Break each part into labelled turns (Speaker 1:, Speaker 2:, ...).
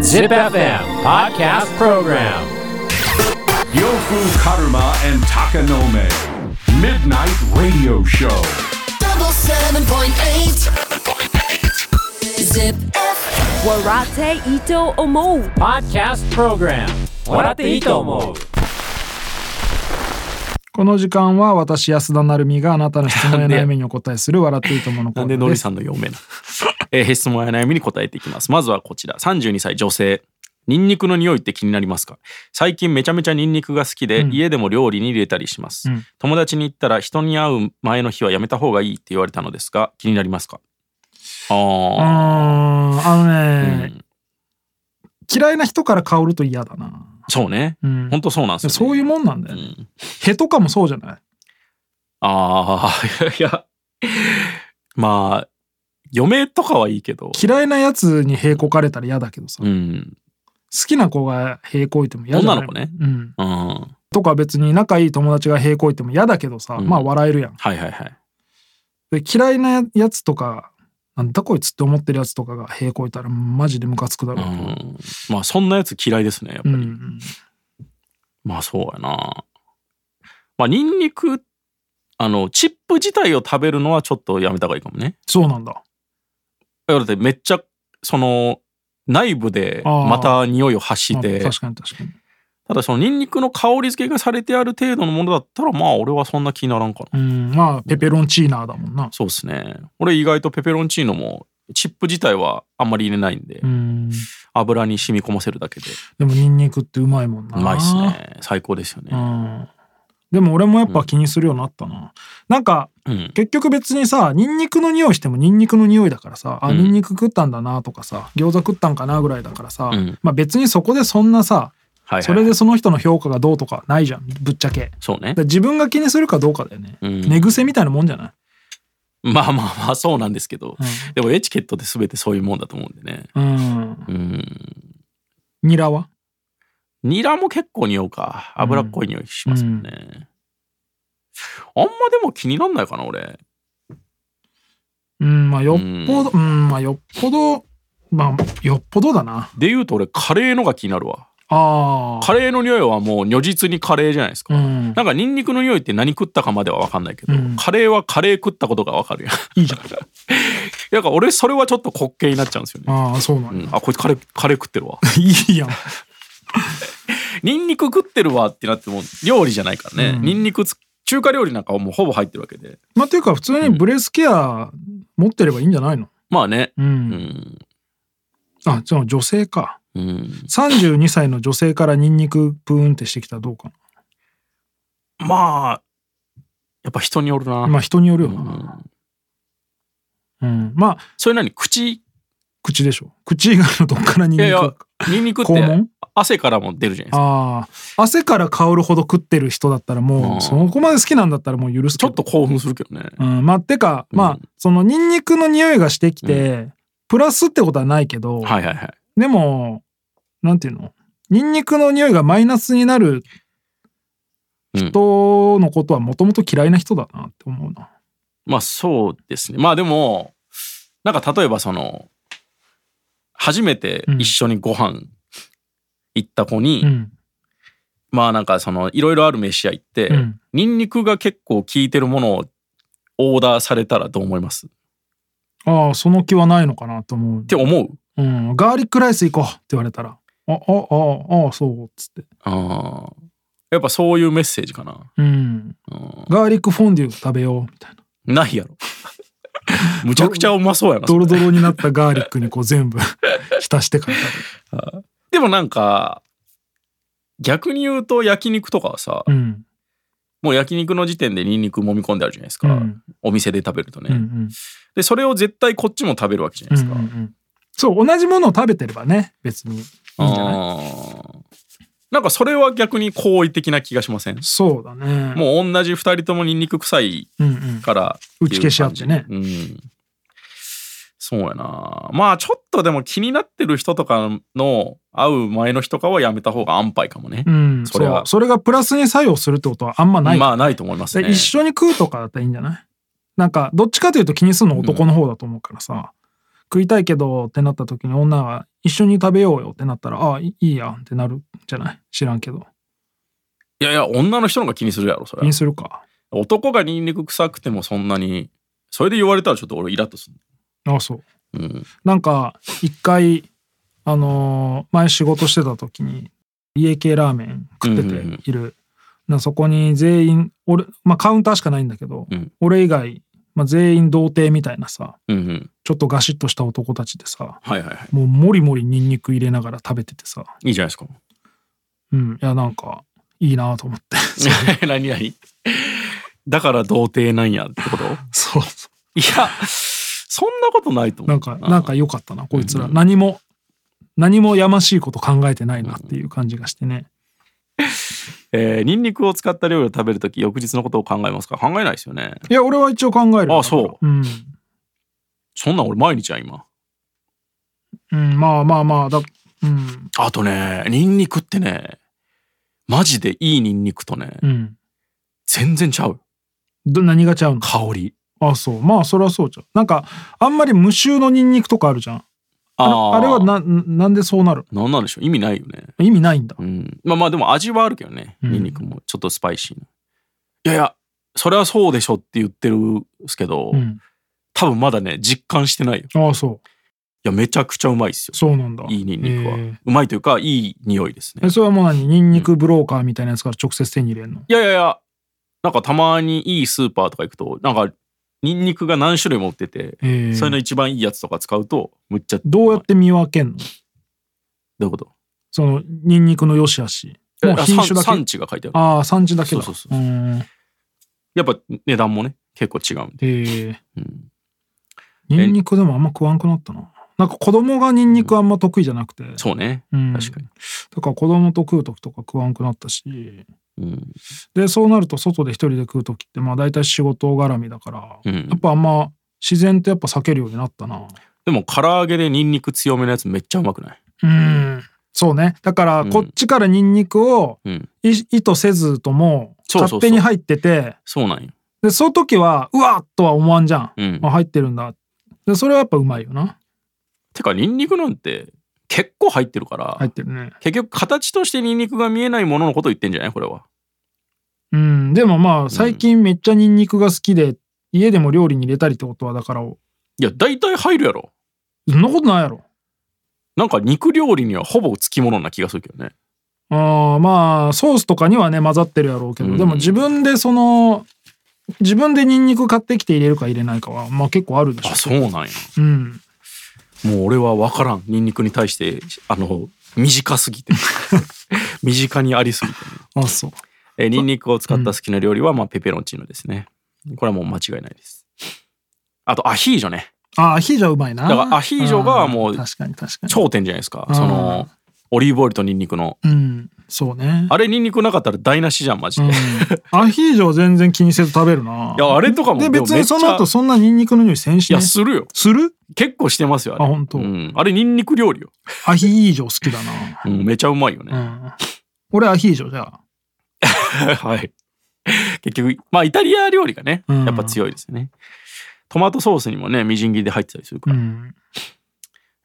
Speaker 1: Zip FM Podcast Program
Speaker 2: Yofu Karuma and Takanome. Midnight Radio Show.
Speaker 3: double seven point eight. Zip.
Speaker 4: Warate Ito Omo.
Speaker 1: Podcast Program 笑っていいと思う
Speaker 5: この時間は私安田成美があなたの質問や悩みにお答えする笑っていいとものコ
Speaker 6: な
Speaker 5: ー
Speaker 6: ん
Speaker 5: ナ
Speaker 6: で
Speaker 5: ー
Speaker 6: の
Speaker 5: で
Speaker 6: り
Speaker 5: す
Speaker 6: さんの嫁なのえー質問や悩みに答えていきますまずはこちら32歳女性ニンニクの匂いって気になりますか最近めちゃめちゃニンニクが好きで、家でも料理に入れたりします、
Speaker 5: うん
Speaker 6: 友達に言ったら人に会う前の日はやめた方がいいって言われたのですが気になりますか
Speaker 5: うーん
Speaker 6: あ
Speaker 5: あ
Speaker 6: あ、
Speaker 5: のね、
Speaker 6: うん
Speaker 5: 嫌いな人から香ると嫌だな、
Speaker 6: そうね
Speaker 5: うん、
Speaker 6: 本当そうなんですよ、ね、
Speaker 5: そういうもんなんだよ、ね
Speaker 6: ん
Speaker 5: へとかもそうじゃない
Speaker 6: ああ いやまあ嫁とかはいいけど
Speaker 5: 嫌いなやつにへこかれたら嫌だけどさ、
Speaker 6: う
Speaker 5: 好
Speaker 6: ん
Speaker 5: きな子がへこいても嫌じゃない
Speaker 6: 女の子ね
Speaker 5: うん、
Speaker 6: うんは
Speaker 5: とか別に仲いい友達がへこいても嫌だけどさ、
Speaker 6: うん
Speaker 5: まあ笑えるやん
Speaker 6: いはいはい
Speaker 5: で嫌いなやつとかなんだこいつって思ってるやつとかがへこいたらマジでムカつくだろうと思う、
Speaker 6: うんまあそんなやつ嫌いですねやっぱり、
Speaker 5: うん
Speaker 6: まあそうやなまあニンニクあのチップ自体を食べるのはちょっとやめた方がいいかもね
Speaker 5: そうなんだ
Speaker 6: だってめっちゃその内部で
Speaker 5: あー
Speaker 6: また匂いを発して
Speaker 5: あ確かに確かに
Speaker 6: ただそのニンニクの香り付けがされてある程度のものだったらまあ俺はそんな気にならんかな
Speaker 5: うんまあペペロンチーナーだもんな
Speaker 6: そうですね俺意外とペペロンチーノもチップ自体はあんまり入れないんで、
Speaker 5: うん
Speaker 6: 油に染み込ませるだけで
Speaker 5: でもニンニクってうまいもんな
Speaker 6: うまいっすね最高ですよ
Speaker 5: う
Speaker 6: ね
Speaker 5: んでも俺もやっぱ気にするようになったな、なんか
Speaker 6: うん
Speaker 5: 結局別にさニンニクの匂いしてもニンニクの匂いだからさあ
Speaker 6: うん
Speaker 5: ニンニク食ったんだなとかさ餃子食ったんかなぐらいだからさ、
Speaker 6: うん
Speaker 5: まあ別にそこでそんなさ
Speaker 6: はいはい
Speaker 5: それでその人の評価がどうとかないじゃんぶっちゃけだか
Speaker 6: そうね
Speaker 5: ら自分が気にするかどうかだよね、
Speaker 6: うん
Speaker 5: 寝癖みたいなもんじゃない、
Speaker 6: まあまあまあそうなんですけど、
Speaker 5: うん
Speaker 6: でもエチケットって全てそういうもんだと思うんでね。
Speaker 5: うん、
Speaker 6: うん。
Speaker 5: ニラは
Speaker 6: ニラも結構匂うか。脂っこい匂いしますよね。あんまでも気になんないかな、俺。
Speaker 5: うんまあよっぽどうんまあよっぽどまあよっぽどだな
Speaker 6: で言うと俺、カレーのが気になるわ。
Speaker 5: あ
Speaker 6: カレーの匂いはもう如実にカレーじゃないです
Speaker 5: あう
Speaker 6: か。
Speaker 5: ん
Speaker 6: なんかニンニクの匂いって何食ったかまでは分かんないけど、
Speaker 5: うん
Speaker 6: カレーはカレー食ったことが分かるやん。
Speaker 5: い いじゃん
Speaker 6: だから俺それはちょっと滑稽になっちゃうんですよね。
Speaker 5: ああそうなん
Speaker 6: う
Speaker 5: だ、
Speaker 6: ん、あこいつカレーカレー食ってるわ
Speaker 5: いいやん
Speaker 6: ニンニク食ってるわってなっても料理じゃないからね、
Speaker 5: うん
Speaker 6: ニンニクつ中華料理なんかはもうほぼ入ってるわけで
Speaker 5: まあっていうか普通にブレスケア持ってればいいんじゃないの
Speaker 6: まあね
Speaker 5: うん、
Speaker 6: うん
Speaker 5: あじゃあ女性か
Speaker 6: うん、
Speaker 5: 32歳の女性からニンニクプーンってしてきたらどうか
Speaker 6: まあやっぱ人によるな、
Speaker 5: なまあ人によるよ
Speaker 6: う
Speaker 5: な、
Speaker 6: ん
Speaker 5: うん、まあ
Speaker 6: それなに口
Speaker 5: 口でしょ口以外のどっからニン
Speaker 6: いや
Speaker 5: ニ
Speaker 6: い
Speaker 5: ク
Speaker 6: やニンニクっ
Speaker 5: 肛
Speaker 6: て
Speaker 5: 門
Speaker 6: 汗からも出るじゃないですか
Speaker 5: ああ汗から香るほど食ってる人だったらもう、
Speaker 6: うん
Speaker 5: そこまで好きなんだったらもう許す
Speaker 6: ち
Speaker 5: け
Speaker 6: ょ
Speaker 5: ど
Speaker 6: っと興奮するけどね、
Speaker 5: うん、まあてかまあ、
Speaker 6: うん
Speaker 5: そのニンニクの匂いがしてきて、プラスってことはないけど、
Speaker 6: はいはいはい
Speaker 5: でもなんていうのニンニクの匂いがマイナスになる
Speaker 6: うん
Speaker 5: 人のことはもともと嫌いな人だなって思うな。
Speaker 6: まあそうですねまあでもなんか例えばその初めて一緒にご飯行った子に、
Speaker 5: うん。
Speaker 6: まあなんかそのいろいろある飯屋行って、
Speaker 5: うん
Speaker 6: ニンニクが結構効いてるものをオーダーされたらどう思いますっ
Speaker 5: ああ、その気はないのかなと思う。
Speaker 6: て思う
Speaker 5: うん。ガーリックライス行こうって言われたら、あ、あ、あ、あ、そう、っつって。
Speaker 6: ああ。やっぱそういうメッセージかな。
Speaker 5: うん。
Speaker 6: うん
Speaker 5: ガーリックフォンデュ食べよう、みたいな。
Speaker 6: ない やろ。むちゃくちゃうまそうやな。
Speaker 5: ドロドロになったガーリックにこう全部 浸してから食
Speaker 6: でもなんか、逆に言うと焼肉とかはさ、
Speaker 5: べる。うん。
Speaker 6: もう焼肉の時点でニンニク揉み込んであるじゃないですか。
Speaker 5: うん
Speaker 6: お店で食べるとね、
Speaker 5: うんうん。
Speaker 6: で、それを絶対こっちも食べるわけじゃない
Speaker 5: うん
Speaker 6: で
Speaker 5: う
Speaker 6: す
Speaker 5: ん
Speaker 6: か。
Speaker 5: うん。そう、同じものを食べてればね、別にいいんじゃない
Speaker 6: あーなんかそれは逆に好意的な気がしません
Speaker 5: そうだね。
Speaker 6: もう同じ2人ともニンニク臭い
Speaker 5: うんうん。
Speaker 6: から
Speaker 5: 打ち消し合ってね。
Speaker 6: うん。そうやな。まあちょっとでも気になってる人とかの会う前の日とかはやめた方が安牌かもね。
Speaker 5: うん、
Speaker 6: それは
Speaker 5: そうそれがプラスに作用するってことはあんまない。
Speaker 6: まあないと思います
Speaker 5: で
Speaker 6: ね。
Speaker 5: 一緒に食うとかだったらいいんじゃないなんか、どっちかというと気にするの男の方だと思うからさ、食いたいけどってなった時に女が一緒に食べようよってなったら、ああ、いいいやんってなるじゃない知らんけど。
Speaker 6: いやいや女の人の方が気にするやろそ
Speaker 5: 気
Speaker 6: れ
Speaker 5: にするか。
Speaker 6: 男がニンニク臭くてもそんなにそれで言われたらちょっと俺イラッとする
Speaker 5: ああ、そう。
Speaker 6: うん
Speaker 5: なんか、一回、あのー前仕事してた時に、家系ラーメン食ってている。なそこに全員、俺、まあカウンターしかないんだけど、
Speaker 6: うん
Speaker 5: 俺以外、まあ、全員童貞みたいなさ、
Speaker 6: うんうん
Speaker 5: ちょっとガシッとした男たちでさ、
Speaker 6: はいはいはい
Speaker 5: もうもりもりニンニク入れながら食べててさ、
Speaker 6: いいじゃないです か
Speaker 5: うん、いや、なんか、いいなと思って。
Speaker 6: 何何だから童貞なんやってこと
Speaker 5: そう。
Speaker 6: いやそんなことないと思
Speaker 5: な
Speaker 6: うん
Speaker 5: か、なんか良かったな、こいつら。何も、何もやましいこと考えてないなっていう感じがしてね。
Speaker 6: えー、ニンニクを使った料理を食べるとき翌日のことを考えますか考えないですよね
Speaker 5: いや、俺は一応考えるよ。
Speaker 6: あそう
Speaker 5: うん。
Speaker 6: そんなん俺毎日や今
Speaker 5: うん、まあまあまあ、だ、うん、
Speaker 6: あとねニンニクってねマジでいいニンニクとね、
Speaker 5: うん。
Speaker 6: 全然ちゃう
Speaker 5: ど何がちゃうの
Speaker 6: 香り
Speaker 5: あ、そう。まあ、そりゃそうじゃん。なんか、あんまり無臭のニンニクとかあるじゃん。あれ
Speaker 6: ー
Speaker 5: あれはな、なんでそうなる
Speaker 6: なんなんでしょう意味ないよね
Speaker 5: 意味ないんだ
Speaker 6: う。んまあまあでも味はあるけどね
Speaker 5: うん
Speaker 6: ニンニクもちょっとスパイシーないやいやそれはそうでしょって言ってるんですけど、
Speaker 5: うん。
Speaker 6: 多分まだね実感してないよい
Speaker 5: ああ、そ
Speaker 6: やめちゃくちゃうまいっすよ
Speaker 5: う。そうなんだ。
Speaker 6: いいニンニクは、
Speaker 5: へえ
Speaker 6: うまいというかいい匂いですね
Speaker 5: えそれはもう何ニンニクブローカーみたいなやつから直接手に入れんの
Speaker 6: いやいやいや、なんかたまにいいスーパーとか行くと、なんか、ニンニクが何種類も売ってて、
Speaker 5: ええ
Speaker 6: それの一番いいやつとか使うと、むっちゃ、
Speaker 5: どうやって見分けんの
Speaker 6: どういうこと
Speaker 5: そのニンニクの良し悪しもう
Speaker 6: あ
Speaker 5: 品種だ
Speaker 6: 産産
Speaker 5: け
Speaker 6: 地が書いてある。
Speaker 5: ああ産地だけだ
Speaker 6: そうそうそう
Speaker 5: ーんへ
Speaker 6: やっぱ値段もね、結構違うんで。
Speaker 5: え
Speaker 6: うん
Speaker 5: ニンニクでもあんま食わんくなったななんか子供がニンニクあんま得意じゃなくて、
Speaker 6: そうね。
Speaker 5: うん
Speaker 6: 確かに。
Speaker 5: だから子供と食う時とか食わんくなったし
Speaker 6: うん。
Speaker 5: でそうなると外で一人で食う時ってまあ大体仕事絡みだから、
Speaker 6: うん
Speaker 5: やっぱあんま自然とやっぱ避けるようになったな
Speaker 6: でも、唐揚げでニンニク強めのやつめっちゃうまくない
Speaker 5: うんそうねだからこっちからニンニクを、
Speaker 6: うん。
Speaker 5: い意図せずとも
Speaker 6: そうそうそう
Speaker 5: 勝手に入ってて
Speaker 6: そうなんよ。
Speaker 5: でその時はうわっとは思わんじゃん、
Speaker 6: うん
Speaker 5: あ。入ってるんだでそれはやっぱうまいよな
Speaker 6: てか、ニンニクなんて結構入ってるから、
Speaker 5: 入ってるね
Speaker 6: 結局形としてニンニクが見えないもののことを言ってんじゃないこれは。
Speaker 5: うんでもまあ最近めっちゃニンニクが好きで家でも料理に入れたりってことはだからそ
Speaker 6: いや、大体入るやろ。
Speaker 5: んなことないやろ
Speaker 6: なんか肉料理にはほぼつきものな気がするけどね。
Speaker 5: あーまあソースとかにはね混ざってるやろうけど、
Speaker 6: うん
Speaker 5: でも自分でその自分でニンニク買ってきて入れるか入れないかはまあ結構あるでし
Speaker 6: あ、そうなんや。
Speaker 5: ょうん
Speaker 6: もう俺は分からん。ニンニクに対して、あの、短す ぎて。身近にありすぎて。
Speaker 5: あそう
Speaker 6: えーニンニクを使った好きな料理は、まあ、ペペロンチーノですね。これはもう間違いないです。あと、アヒージョね。
Speaker 5: あアヒージョうまいな
Speaker 6: だからアヒージョが
Speaker 5: あー
Speaker 6: もう
Speaker 5: 確かに確かに
Speaker 6: 頂点じゃないですか。そ
Speaker 5: あ
Speaker 6: の、オリーブオイルとニンニクの。
Speaker 5: うんそうね
Speaker 6: あれ、ニンニクなかったら台無しじゃん、マジで。い
Speaker 5: うん、アヒージョは全然気にせず食べるな。
Speaker 6: や、あれとかも、
Speaker 5: で、
Speaker 6: でも
Speaker 5: 別
Speaker 6: めっ
Speaker 5: に
Speaker 6: ち
Speaker 5: そ
Speaker 6: ゃ
Speaker 5: の後そんなニンニクの匂いせんし、
Speaker 6: い
Speaker 5: ね。
Speaker 6: や、するよ。
Speaker 5: する
Speaker 6: 結構してますよ、あれ。
Speaker 5: あ本当
Speaker 6: うん。あれ、ニンニク料理よ。
Speaker 5: アヒージョ好きだな。
Speaker 6: うん、めちゃうまいよね。
Speaker 5: うん。俺アヒージョじゃあ。
Speaker 6: はい。結局、まあ、イタリア料理がね、
Speaker 5: うん
Speaker 6: やっぱ強いですよね。トマトソースにもね、みじん切りで入ってたりするか
Speaker 5: う
Speaker 6: ら。
Speaker 5: ん。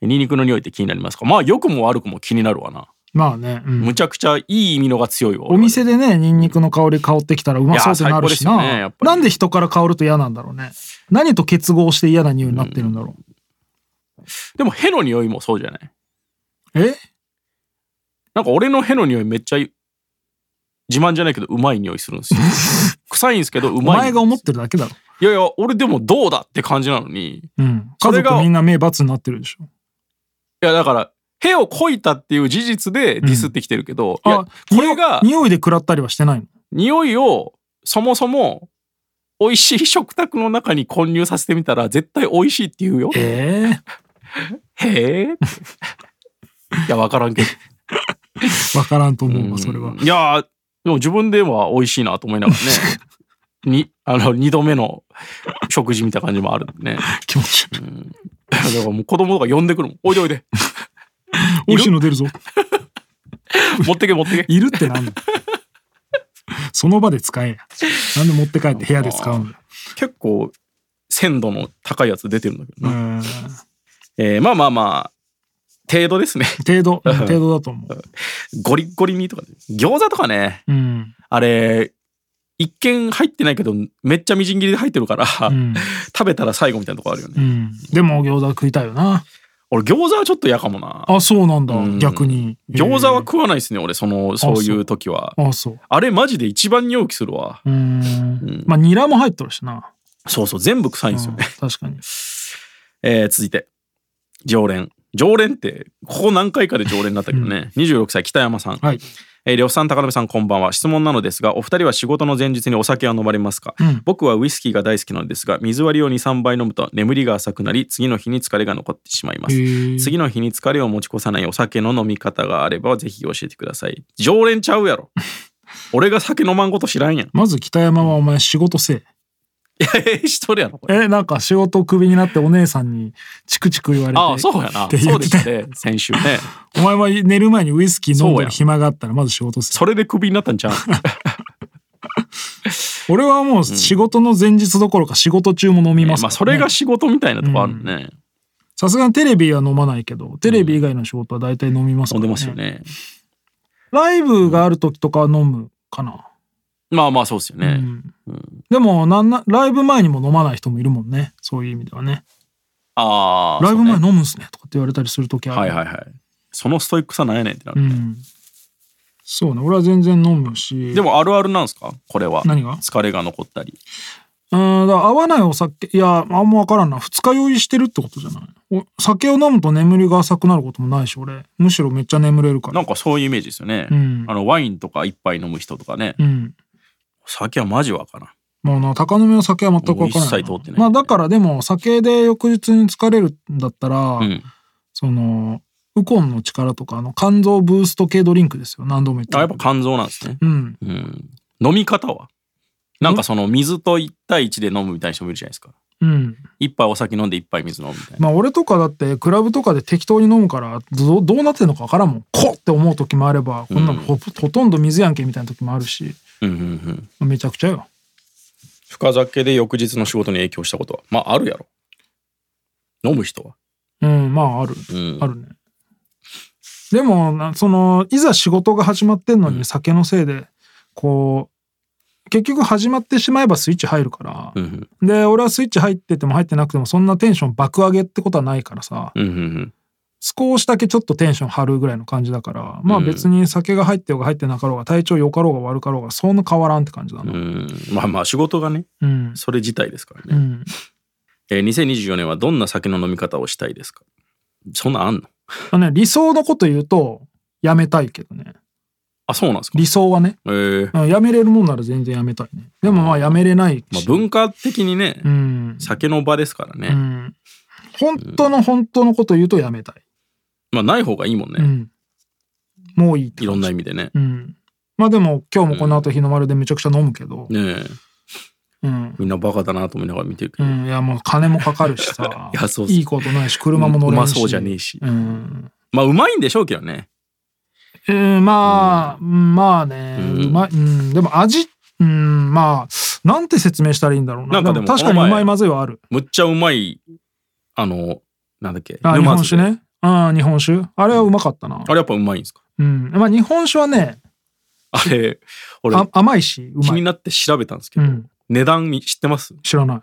Speaker 6: ニンニクの匂いって気になりますかまあ、良くも悪くも気になるわな。
Speaker 5: まあね。うん
Speaker 6: むちゃくちゃいい意味のが強いわ。
Speaker 5: お店
Speaker 6: で。
Speaker 5: でね、ニンニクの香り香ってきたらうまそうってなるし
Speaker 6: いや最高ですよねや
Speaker 5: な。
Speaker 6: っぱり
Speaker 5: なんで人から香ると嫌なんだろうね。何と結合して嫌な匂いになってるんだろ。
Speaker 6: でも、ヘの匂いもそうじゃないう
Speaker 5: え
Speaker 6: なんか、俺のヘの匂いめっちゃ、自慢じゃないけど、うまい匂いするん ですよ。臭いんですけど、う
Speaker 5: お
Speaker 6: まい。
Speaker 5: 前が思ってるだけだろ。
Speaker 6: いやいや、俺でもどうだって感じなのに。い
Speaker 5: うん。
Speaker 6: そ
Speaker 5: 家
Speaker 6: れが
Speaker 5: 族みんな目バツになってるでしょ。
Speaker 6: や、だから、ヘをこいたっていう事実でディスってきてるけど、いや
Speaker 5: あ、
Speaker 6: これが、
Speaker 5: 匂いで食らったりはしてないの。
Speaker 6: 匂いをそもそも美味しい食卓の中に混入させてみたら絶対美味しいって言うよ。へ
Speaker 5: ええ
Speaker 6: え。いや分からんけど。
Speaker 5: わからんと思うわ、それ
Speaker 6: う
Speaker 5: は
Speaker 6: ん。いやーでも自分では美味しいなと思いながらね。 にあの2度目の食事みたいな感じもあるんでね。
Speaker 5: 気持ち悪い。
Speaker 6: だからもう子供とか呼んでくるもん。おいでおいで。
Speaker 5: 美味しいの出るぞ。
Speaker 6: 持ってけ持ってけ。
Speaker 5: いるってなんだその場で使えや。なんで持って帰って部屋で使うんだよ。
Speaker 6: 結構鮮度の高いやつ出てるんだけど
Speaker 5: う
Speaker 6: な。
Speaker 5: ん。
Speaker 6: えーまあまあまあ、程度ですね。
Speaker 5: 程度、うん程度だと思う。
Speaker 6: ゴリッゴリにとかね。餃子とかね、
Speaker 5: うん。
Speaker 6: あれ、一見入ってないけど、めっちゃみじん切りで入ってるから、
Speaker 5: うん。
Speaker 6: 食べたら最後みたいなとこあるよね。
Speaker 5: うん。でも餃子食いたいよな。
Speaker 6: 俺、餃子はちょっと嫌かもな。
Speaker 5: あ、そうなんだ
Speaker 6: うん。
Speaker 5: 逆に。
Speaker 6: 餃子は食わないですね、俺、その、そういう時は。
Speaker 5: へーあ、そう。
Speaker 6: あれ、マジで一番匂いするわ。
Speaker 5: うー
Speaker 6: うん
Speaker 5: ん。まあ、ニラも入っとるしな。
Speaker 6: そうそう、全部臭いんですよね。
Speaker 5: うん確 かに。
Speaker 6: えー続いて常連常連ってここ何回かで常連だったけどね、26歳北山さん、
Speaker 5: はい。
Speaker 6: えー、呂布さん高鍋さんこんばんは質問なのですがお二人は仕事の前日にお酒は飲まれますか、
Speaker 5: うん
Speaker 6: 僕はウイスキーが大好きなのですが水割りを23杯飲むと眠りが浅くなり次の日に疲れが残ってしまいます、
Speaker 5: へえ
Speaker 6: 次の日に疲れを持ち越さないお酒の飲み方があればぜひ教えてください常連ちゃうやろ 俺が酒飲まんこと知らんやん
Speaker 5: まず北山はお前仕事せえ。
Speaker 6: しとるやろこれ
Speaker 5: え、なんか仕事クビになってお姉さんにチクチク言われて。
Speaker 6: ああそうやな
Speaker 5: って
Speaker 6: そ
Speaker 5: 言
Speaker 6: う
Speaker 5: っ
Speaker 6: で
Speaker 5: て
Speaker 6: したね先週ね
Speaker 5: お前は寝る前にウイスキー飲ん
Speaker 6: そう
Speaker 5: で
Speaker 6: や
Speaker 5: る暇があったらまず仕事する。
Speaker 6: それでクビになったん ちゃう
Speaker 5: 俺はもう仕事の前日どころか仕事中も飲み
Speaker 6: ま
Speaker 5: ま
Speaker 6: あ、
Speaker 5: すからね
Speaker 6: それが仕事みたいなとこあるね、
Speaker 5: さすがにテレビは飲まないけど、テレビ以外の仕事は大体飲みますか
Speaker 6: 飲んで
Speaker 5: ら、ね。
Speaker 6: ますよ。ね
Speaker 5: ライブがある時とかは飲むかな。
Speaker 6: まあまあそうですよ
Speaker 5: う
Speaker 6: ね、
Speaker 5: ん。でもなんな、ライブ前にも飲まない人もいるもんね。そういう意味ではね。
Speaker 6: ああ
Speaker 5: ライブ前
Speaker 6: そうね
Speaker 5: 飲むんすねとかって言われたりする時ある。
Speaker 6: はいはいはいそのストイックさなんやねんってな
Speaker 5: う
Speaker 6: る、
Speaker 5: ん。そうね。俺は全然飲むし。
Speaker 6: でもあるあるなんですかこれは
Speaker 5: 何が
Speaker 6: 疲れが残ったり
Speaker 5: うん、だから合わないお酒、いや、あんまわからんな。二日酔いしてるってことじゃないお酒を飲むと眠りが浅くなることもないし、俺。むしろめっちゃ眠れるか
Speaker 6: な
Speaker 5: ら。
Speaker 6: んかそういうイメージですよね、
Speaker 5: うん
Speaker 6: あのワインとか一杯飲む人とかね、
Speaker 5: うん。
Speaker 6: 酒はマジわからん
Speaker 5: もうな、高飲みの酒は全くわからないな。
Speaker 6: もう一切通ってない
Speaker 5: まあだからでも、酒で翌日に疲れるんだったら、
Speaker 6: うん、
Speaker 5: その、ウコンの力とか、あの、肝臓ブースト系ドリンクですよ。何度も言って
Speaker 6: あ
Speaker 5: る
Speaker 6: やっぱ肝臓なんですね、
Speaker 5: うん。
Speaker 6: うん、飲み方はなんかその水と1対1で飲むみたいな人もいるじゃないですか
Speaker 5: うん。
Speaker 6: 一杯お酒飲んで一杯水飲むみたいな
Speaker 5: まあ俺とかだってクラブとかで適当に飲むからどどうなってんのかわからんもんこうって思う時もあればこんなのほ,、ほとんど水やんけみたいな時もあるし
Speaker 6: うんうんうん
Speaker 5: めちゃくちゃよ
Speaker 6: 深酒で翌日の仕事に影響したことはまああるやろ飲む人は
Speaker 5: うんまあある、
Speaker 6: うん
Speaker 5: あるねでもなそのいざ仕事が始まってんのに酒のせいでこう結局始まってしまえばスイッチ入るから
Speaker 6: う、ん
Speaker 5: で俺はスイッチ入ってても入ってなくてもそんなテンション爆上げってことはないからさ、
Speaker 6: うんうんうん
Speaker 5: 少しだけちょっとテンション張るぐらいの感じだからまあ
Speaker 6: うん
Speaker 5: 別に酒が入ってようが入ってなかろうが体調良かろうが悪かろうがそんな変わらんって感じだ
Speaker 6: う
Speaker 5: な。
Speaker 6: んまあまあ仕事がね
Speaker 5: うん、
Speaker 6: それ自体ですから
Speaker 5: う
Speaker 6: ね、
Speaker 5: ん、
Speaker 6: えー、2024年はどんな酒の飲み方をしたいですかそんなんあんの
Speaker 5: あのね理想のこと言うとやめたいけどね
Speaker 6: あそうなんですか
Speaker 5: 理想はね、
Speaker 6: えー
Speaker 5: うん、やめれるもんなら全然やめたいねでもまあやめれないし、
Speaker 6: まあ、文化的にね、
Speaker 5: うん、
Speaker 6: 酒の場ですから
Speaker 5: う
Speaker 6: ね、
Speaker 5: ん、本当の本当のこと言うとやめたい、
Speaker 6: まあない方がいいもんね、
Speaker 5: うん、もういいって
Speaker 6: いろ
Speaker 5: 感
Speaker 6: ん
Speaker 5: じ
Speaker 6: な意味でね
Speaker 5: うん、まあでも今日もこの後日の丸でめちゃくちゃ飲むけど、
Speaker 6: ねえ
Speaker 5: うん、
Speaker 6: みんなバカだなと思いながら見てるけ
Speaker 5: う
Speaker 6: ど、
Speaker 5: ん、いやもう金もかかるし さ
Speaker 6: いやそうそう
Speaker 5: いことないし車も乗れ
Speaker 6: うま
Speaker 5: るし
Speaker 6: そうじゃねえし、
Speaker 5: うん、
Speaker 6: まあうまいんでしょうけどね
Speaker 5: うん、まあ、うんまあね、
Speaker 6: う
Speaker 5: うんまい、うん、でも味うんまあなんて説明したらいいんだろうな
Speaker 6: なんかでも
Speaker 5: 確か
Speaker 6: こ
Speaker 5: に
Speaker 6: の
Speaker 5: う
Speaker 6: 前
Speaker 5: まいまずいはある
Speaker 6: むっちゃうまいあのなんだっけ
Speaker 5: あ日
Speaker 6: 沼
Speaker 5: 本
Speaker 6: 津
Speaker 5: 酒
Speaker 6: で
Speaker 5: ねああ日本酒あれはうまかったな
Speaker 6: あれやっぱうまいんですか
Speaker 5: うんまあ日本酒はね
Speaker 6: あれ、俺、
Speaker 5: あ甘いしう
Speaker 6: 気
Speaker 5: ま
Speaker 6: に
Speaker 5: い
Speaker 6: なって調べたんですけど、
Speaker 5: うん
Speaker 6: 値段み知ってます
Speaker 5: 知らない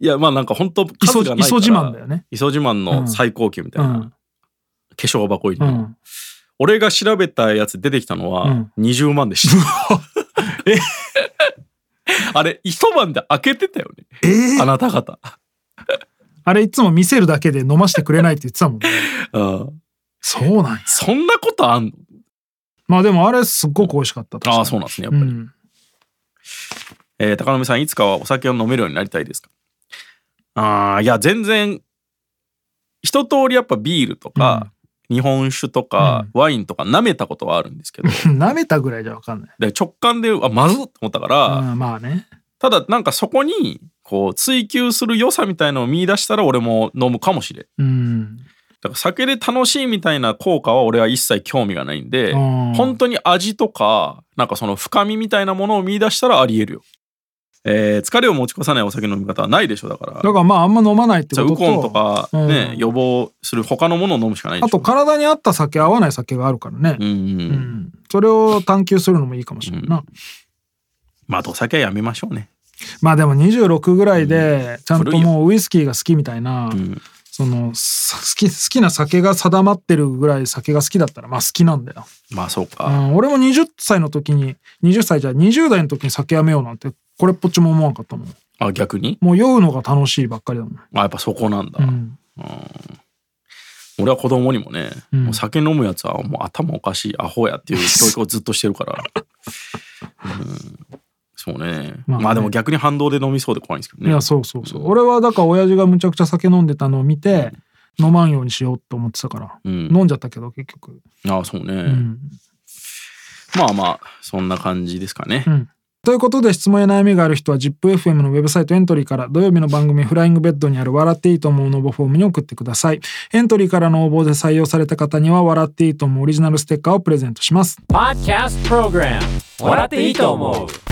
Speaker 6: いや、まあなんか本当数
Speaker 5: 磯
Speaker 6: がないから
Speaker 5: 磯自慢だよね
Speaker 6: 磯自慢の最高級みたいな、
Speaker 5: うん
Speaker 6: 化粧箱入り
Speaker 5: う
Speaker 6: の、
Speaker 5: ん
Speaker 6: 俺が調べたやつ出てきたの
Speaker 5: う
Speaker 6: は
Speaker 5: ん
Speaker 6: 20万で した。え あれ、一晩で開けてたよね。あなた方。
Speaker 5: あれいつも見せるだけで飲ましてくれないって言ってたもんね
Speaker 6: うん
Speaker 5: そうなんや
Speaker 6: そんなことあんの
Speaker 5: まあでもあれすっごく美味しかった
Speaker 6: ああ、そう
Speaker 5: う
Speaker 6: なんですね、やっぱり。
Speaker 5: うん
Speaker 6: えー、高波さん、いつかはお酒を飲めるようになりたいですかああ、いや、全然、一通りやっぱビールとか、日本酒とか、ワインとか舐めたことはあるんですけど、
Speaker 5: 舐めたぐらいじゃわかんない。
Speaker 6: で直感で、あ、まずっと思ったから、
Speaker 5: うん、まあね。
Speaker 6: ただなんかそこに、こう、追求する良さみたいのを見出したら俺も飲むかもしれん。
Speaker 5: うん。
Speaker 6: だから酒で楽しいみたいな効果は俺は一切興味がないんで、
Speaker 5: うん
Speaker 6: 本当に味とか、なんかその深みみたいなものを見出したらあり得るよ。えー疲れを持ち越さないお酒の飲み方はないでしょだから
Speaker 5: だからまああんま飲まないって
Speaker 6: じゃ
Speaker 5: こ
Speaker 6: あウ
Speaker 5: とと
Speaker 6: コンとか
Speaker 5: うん
Speaker 6: ね、予防する他のものを飲むしかないで
Speaker 5: あ
Speaker 6: しょ
Speaker 5: と体に合った酒合わない酒があるからね、
Speaker 6: うんうんう
Speaker 5: うんんそれを探求するのもいいかもしれないな、
Speaker 6: まああとお酒はやめましょうね
Speaker 5: まあでも26ぐらいでちゃんと
Speaker 6: 古いよ
Speaker 5: もうウイスキーが好きみたいな、
Speaker 6: ん
Speaker 5: そのさ好き好きな酒が定まってるぐらい酒が好きだったらまあ好きなんだよ、
Speaker 6: まあそう
Speaker 5: う
Speaker 6: か、
Speaker 5: ん、俺も20歳の時に20歳じゃ20代の時に酒やめようなんてこれっぽっちも思わんかったもん
Speaker 6: あ逆に
Speaker 5: もう酔うのが楽しいばっかりだもん、
Speaker 6: あやっぱそこなんだ、
Speaker 5: うん、
Speaker 6: 俺は子供にもね、
Speaker 5: ん
Speaker 6: もう酒飲むやつはもう頭おかしいアホやっていう教育をずっとしてるから、 うん、そうね,、
Speaker 5: ま
Speaker 6: ま
Speaker 5: あ
Speaker 6: あ、
Speaker 5: ね
Speaker 6: でも逆に反動で飲みそうで怖いんですけど
Speaker 5: い
Speaker 6: ね
Speaker 5: やそうそうそう俺はだから親父がむちゃくちゃ酒飲んでたのを見て飲まんようにしようって思ってたから、
Speaker 6: うん
Speaker 5: 飲んじゃったけど結局、
Speaker 6: ああそうね、
Speaker 5: うん、
Speaker 6: まあまあそんな感じですかね、
Speaker 5: んということで質問や悩みがある人は ZIPFM のウェブサイトエントリーから土曜日の番組フライングベッドにある笑っていいと思うの応募フォームに送ってくださいエントリーからの応募で採用された方には笑っていいと思うオリジナルステッカーをプレゼントします
Speaker 1: Podcast Program 笑っていいと思う